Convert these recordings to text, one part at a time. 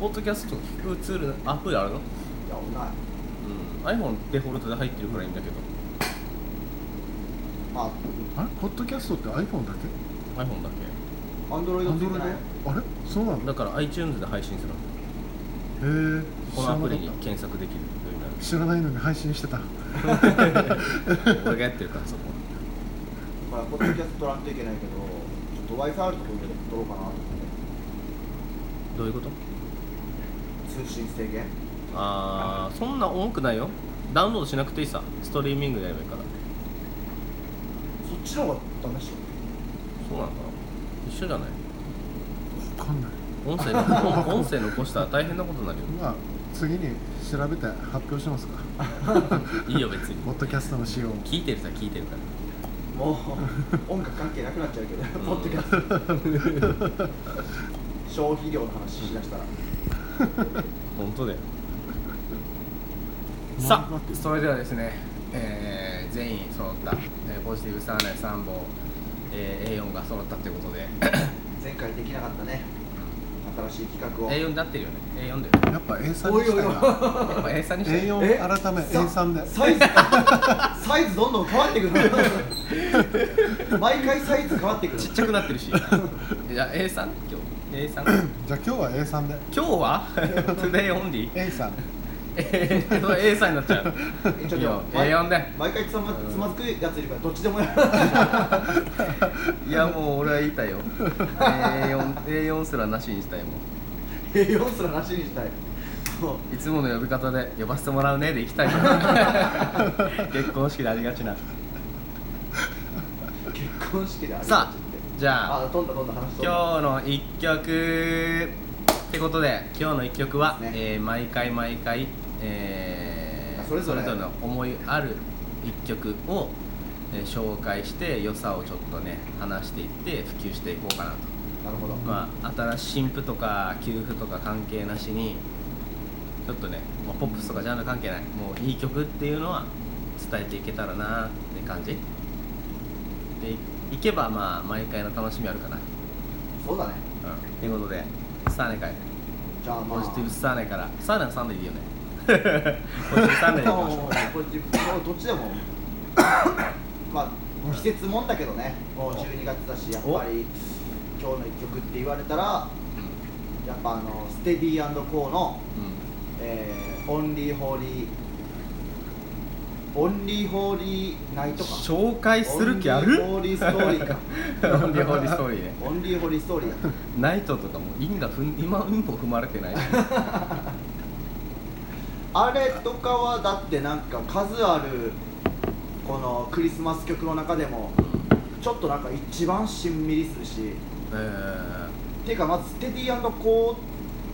ポッドキャスト聞くツールアプリあるのいやなういん iPhone デフォルトで入ってるからいいんだけどまああれポッドキャストって iPhone だ iPhone だけアンドロけイアドンつドいてロイドないあれそうなのだから iTunes で配信するのへえこのアプリに検索できるようになる知らないのに配信してた俺がやってるからそこだからポッドキャスト取らんといけないけどちょっと Wi-Fi あるところで撮ろうかなと思っどういうことて通信制限ああそんな重くないよダウンロードしなくていいさストリーミングでやればいいからそっちの方が楽しいそうなのかな一緒じゃない分かんない音声の音声残したら大変なことになるまあ次に調べて発表しますかよいいよ別にポッドキャストの仕様を聞いてるさ聞いてるから もう音楽関係なくなっちゃうけどうんポッドキャスト消費量の話しだしたら本当だ よさあそれではですね、えー全員揃った、えーポジティブサーナイ3本、えー A4 が揃ったということで前回できなかったね新しい 企画を A4 になってるよね A4 だよやっぱ A3 にしたいな やっぱ A3 にして A4 改めさ A3 でサイ ズサイズどんどん変わってく る毎回サイズ変わってくるちっちゃくな ってるしじゃあ A3 今日 A3 じゃあ今日は A3 で今日は Today only A さん えーそれ A さんになっちゃうえちょっいいよと毎 A4 で毎回つまつまずくやついるからどっちで もやるいやもう俺は言いたいよ A4, A4 すらなしにしたいもん A4 すらなしにしたいもういつもの呼び方で呼ばせてもらうねで行きたいよ 結婚式でありがちな結婚式であれさあじゃああどんどんどんどん話し今日の一曲ってことで今日の一曲は、ねえー毎回毎回、えーあそれぞれの思いある一曲を、えー紹介して良さをちょっとね話していって普及していこうかなとなるほどまあ、新しい新婦とか給付とか関係なしにちょっとね、まあ、ポップスとかジャンル関係ないもういい曲っていうのは伝えていけたらなって感じでいけばまあ毎回の楽しみあるかなそうだねうんということでスターネ会じゃあまあポジティブスターネからスターネの3でいいよ ねポジティブスターネでいきましょも うポジティブもうどっちでもまあ季節もんだけどねもう12月だしやっぱり今日の一曲って言われたらやっぱあのステディーコーのう、うんえーオンリーホーリーオンリーホーリーナイトか紹介する気あるオンリーホーリーストーリーか オンリーホーリーストーリーねオンリーホーリーストーリーだナイトとかもインがふん今インも踏まれて ないあれとかはだってなんか数あるこのクリスマス曲の中でもちょっとなんか一番しんみりするしえーていうかまずステディーコーっ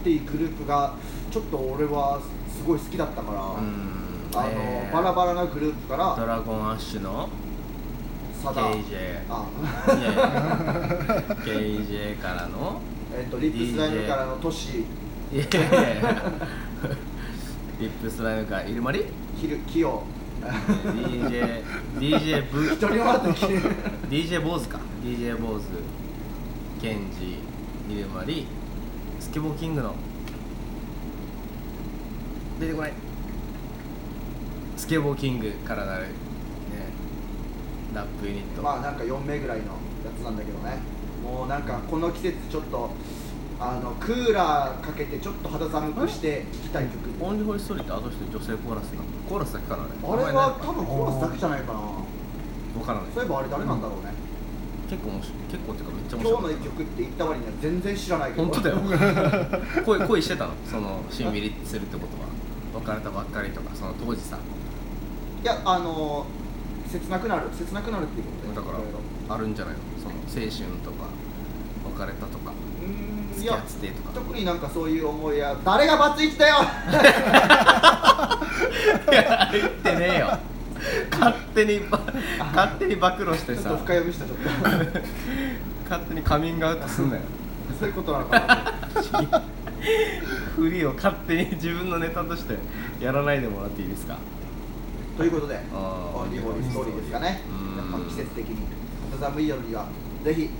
ていうグループがちょっと俺はすごい好きだったから、うんあのえーバラバラなグループかドらラゴンアッシュのサダ KJ あ いやいや KJ からのえっとリップスライムからのトシい やいやいやリップスライムからイルマリキルキヨ DJ DJ ブ一人もらってき て DJ 坊主か DJ 坊主ケンジイルマリスケボーキングの出てこないスケボーキングからなるねラップユニット、まあなんか4名ぐらいのやつなんだけどねもうなんかこの季節ちょっとあのクーラーかけてちょっと肌寒くして聴きたい曲オンリーホイストーリーってあの人女性コーラスなのコーラスだけかなああれれは多分分コーラスだけじゃないかな分からないそういえばあれ誰なんだろうね、結構面白い結構っていうかめっちゃ面今日の白い一曲って言った割には全然知らないけど本当だよ 恋恋してたのそのしんみりするってことは別れたばっかりとかその当時さいやあのー切なくなる切なくなるっていうことだよかいろいろらあるんじゃないのその青春とか別れたとかうーんい付き合やってとか特になんかそういう思いや誰がバツイチだよいや言ってねえよ勝手にば勝手に暴露しちょてっとさ深読みしたちょっと 勝手にカミングアウトすんなよそういうことなのかな フリーを勝手に自分のネタとしてやらないでもらっていいですかということであーオンリーホーリーストーリーですかねうんやっぱ季節的に肌寒い夜にはぜひ行っ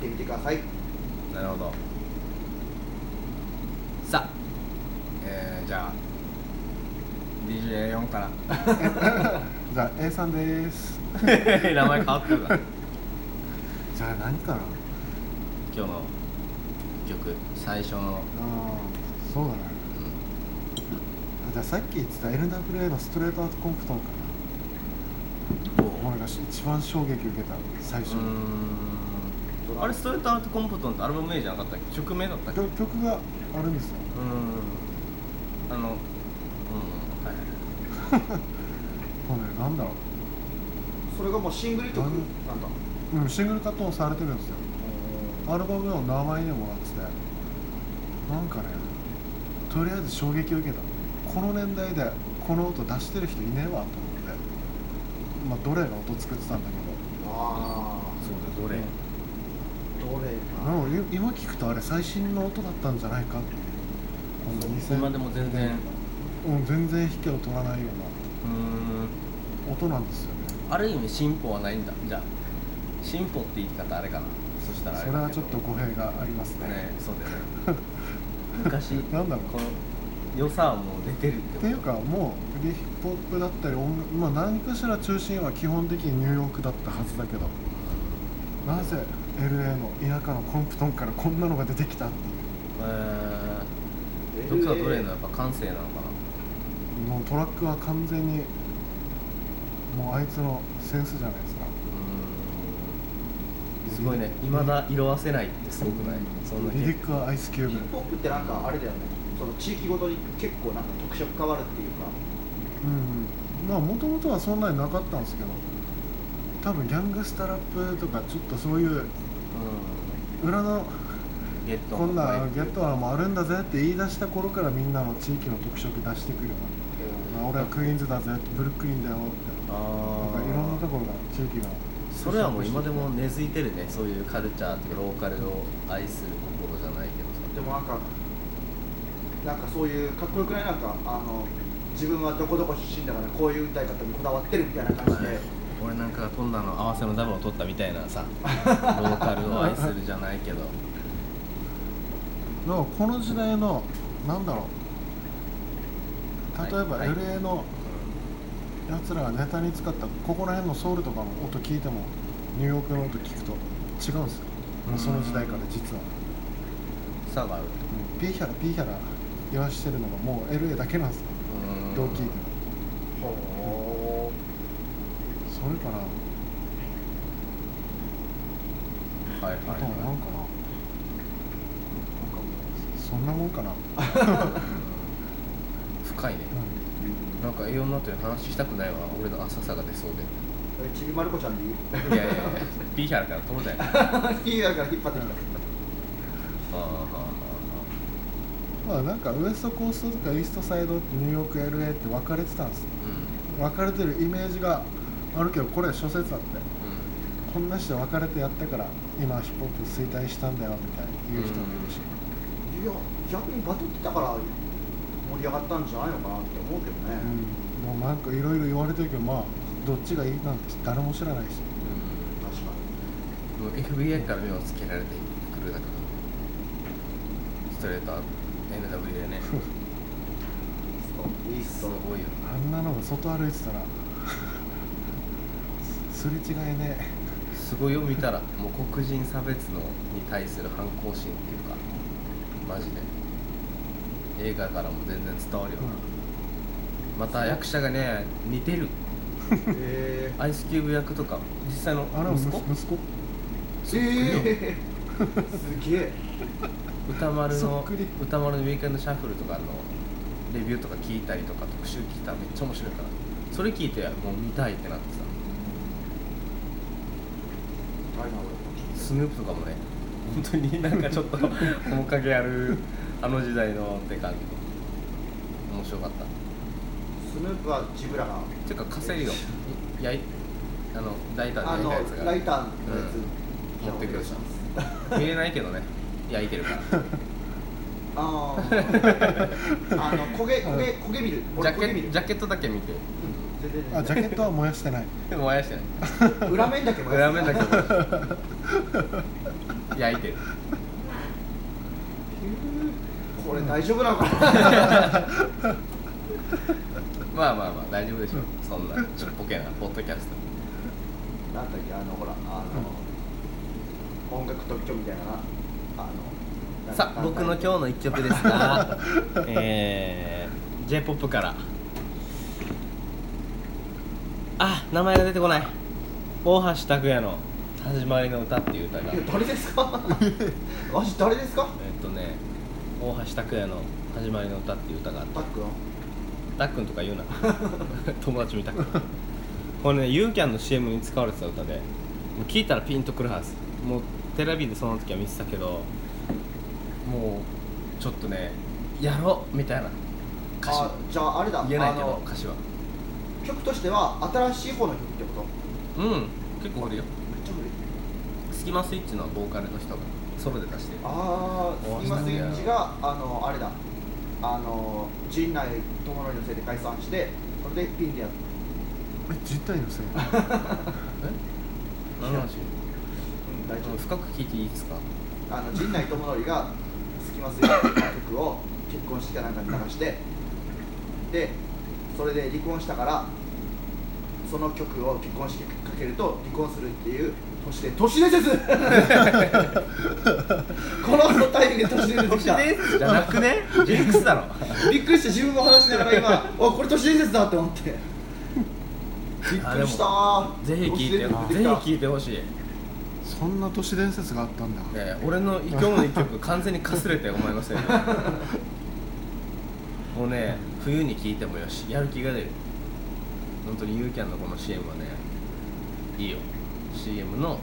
てみてくださいなるほどさあじゃあ DJ4 からじゃあ A さんです 名前変わったからじゃあ何かな今日の曲最初の、あーそうだねあじゃあさっき言ってた NWA のストレートアウトコンプトンかな俺が一番衝撃受けた最初うーんあれストレートアウトコンポトンってアルバム名じゃなかったっけ曲名だったっけう曲曲があるんですよーんあのうんはい これなんだろそれがもうシングル曲なんだう、うん、シングルカットもされてるんですよアルバムの名前でもらっててなんかねとりあえず衝撃を受けたこの年代でこの音出してる人いねえわと思ってまあどれが音作ってたんだけあそうだどれあどれどかでもい今聞くとあれ最新の音だったんじゃないかっていうこの2000今でも全然ううん全然引けを取らないようーんな音なんですよねある意味進歩はないんだじゃあ進歩って言い方あれかなそしたらあそだれけどはちょっと語弊がありますねねそうだよね 昔なんだろうこの良さはもう出てるってっこてというかもうヒップホップだったり音楽、まあ、何かしら中心は基本的にニューヨークだったはずだけどなぜ LA の田舎のコンプトンからこんなのが出てきたっていえー、どっちがどれのやっぱ感性なのかうもうトラックは完全にもうあいつのセンスじゃないですかなすごいね未だ色あせないってすごくないそんなリリにックはアイスキューヒブップホップってなんかあれだよねその地域ごとに結構なんか特色変わるっていうかうんまあもともとはそんなになかったんですけど多分ギャングスタラップとかちょっとそういう裏のゲットこんなのゲットはもあるんだぜって言い出した頃からみんなの地域の特色出してくるような、まあ、俺はクイーンズだぜブルックリンだよってなんかいろんなとあころが地域があそれはもう今でも根付いてるねそういうカルチャーっていうかローカルを愛する心じゃないけどさでもなんかなんかそういうかっこよくないなんかあの自分はどこどこ出身だからこういう歌い方にこだわってるみたいな感じで俺なんかが飛んだの合わせのダブを取ったみたいな さローカルを愛するじゃないけどだからこの時代のなんだろうはい例えばはい LA のやつらがネタに使ったここら辺のソウルとかの音聞いてもニューヨークの音聞くと違うんですよもうその時代から実は差があるうんピーヒャラピーヒャラ言わしてるのがもう LA だけなんですようんどう聞いてもほそれかなはいはいあとはなんはかな、そんなもんかな、い深いねなんか栄養になってる話したくないわ俺の浅さが出そうでうえちびまる子ちゃんでいいいやいやいやピーヒャルから飛ぶじゃんあ いいだから引っ張ってきた ああああまあなんかウエストコーストとかイーストサイドってニューヨーク LA って分かれてたんですうん分かれてるイメージがあるけどこれは諸説あってうこんなして分かれてやったから今ヒップホップ衰退したんだよみたいな言う人もいるし、いや逆にバトってたから盛り上がったんじゃないのかなって思うけどね、うんもうなんかいろいろ言われてるけどまあどっちがいいなんて誰も知らないしん確かにうんもう FBI から目をつけられてくるだからストレートアウト NW で ねイースすトごいよあんなのが外歩いてたらすすれ違いねすごいよ見たらもう黒人差別のに対する反抗心っていうかマジで映画からも全然伝わるよな、また役者がね似てるえアイスキューブ役とか実際のあれは息息子子息子ー、えー、すげえ歌丸そっのくり歌丸のウィークエンドシャッフルとかのレビューとか聞いたりとか特集聞いたらめっちゃ面白いからそれ聞いてもう見たいってなってあれな俺さスヌープとかもね本当になんかちょっと面影あるあの時代のって感じ面白かったスヌープはジブラがてか稼いをやいあのライターあでの焼いたやつがライターのやつ、うん持ってくるじゃさん見えないけどね焼いてるからあーあの焦げ焦げ焦げ見るジ俺ャ焦げ見ケるジャケットだけ見て全然全然あジャケットは燃やしてないでも燃やしてない裏面だけも裏面だけど焼いてるこれ大丈夫なの かなまあまあまあ大丈夫でしょうそんなちょっぽけなポッドキャストなんだっけあのほらあの、音楽特許みたいなあのさあ僕の今日日の1曲ですがえー、j p o p からあ名前が出てこない大橋拓也の「始まりの歌」っていう歌がえっ誰です かマジ誰ですかとね大橋拓也の「始まりの歌」っていう歌があってタックのたっくんとか言うな 友達みたくこれねユーキャンの CM に使われてた歌でもう聞いたらピンとくるはずもうテレビでその時は見てたけどもうちょっとねやろうみたいな歌詞あじゃああれだ言えないけあどの歌詞は曲としては新しい方の曲ってことうん結構古いよめっちゃ古いスキマスイッチのボーカルの人がソロで出してるああおスキマスイッそチうがあのあれだあの陣内智則のせいで解散してそれでピンでやったえ実体のせい何の話うん大丈夫深く聞いていいですかあの陣内智則がスキマスイッチの曲を結婚式かなんかに流してでそれで離婚したからその曲を結婚式にかけると離婚するっていう都市で都市伝 説このタイミングで都市伝説来たじゃなくねジェイクスだろびっくりして自分も話しながら今あこれ都市伝説だって思って びっあくでりもしたーぜひ聞いてぜ都ひ市伝説出てきた聞いてほしいそんな都市伝説があったんだえー俺の今日の一曲完全にかすれて思いませんよもうね冬に聴いてもよしやる気が出る本当にユーキャンのこの CM はねいいよ CM の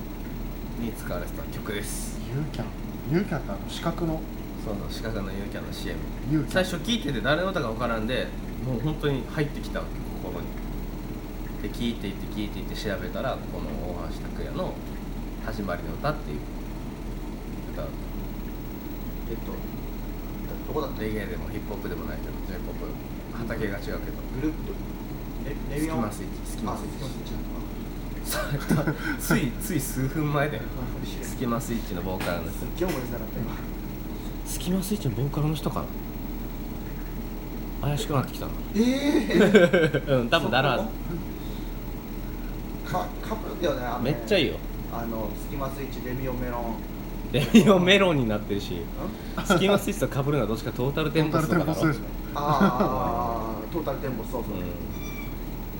に使われてた曲ですユーキャンユーキャンってあの四角のそのシカゴのユーキャンの CM ユーキャ最ン初聴いてて誰の歌か分からんでもう本当に入ってきた心にで聴いていって聴いていって調べたらこの大橋拓也の「始まりの歌」っていう歌だったえっとどこだったレゲエでもヒップホップでもないけど j p o p 畑が違うけどグループとえレミオンスキマスイッチスキマあススイキッチマスイッチそれとついつい数分前だよすスキマスイッチのボーカルの人っげえ思い出せなかった今スキマスイッチのボーカルの人かな怪しくなってきたええなうん多分なるはずかカップルだよねあのめねっちゃいいよあのスキマスイッチレミオンメロンレミオメロンになってるしスキマスイッチとかぶるのはどっちかトータルテンポスとトーかタルだろテンポスでしょあ あトータルテンポそうそう、うん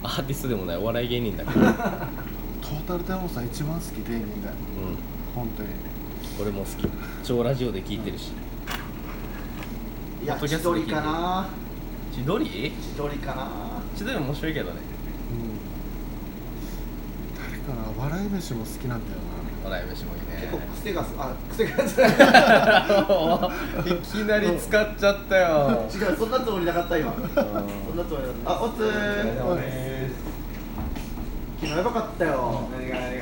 アーティストでもないお笑い芸人だから、うん、トータルテンポスは一番好き芸人だよ本当に俺も好き超ラジオで聞いてるしいやポッドキャ千ストで鳥聞いてかな千鳥千鳥かな千鳥面白いけどね誰かな笑い飯も好きなんだよ笑い飯もいいね結構癖がすあ癖が すいきなり使っちゃったよ違うそんなつもりなかった今そんなつもりなかったあおつー昨日やばかったよな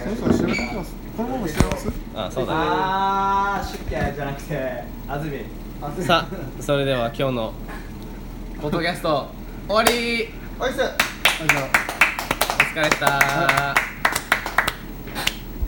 そうそう調べてきますこのまま調べますあそうだああ、出家じゃなくて、安住。あねさあそれでは今日のポッドキャスト終わりおいっすあじゃあお疲れでした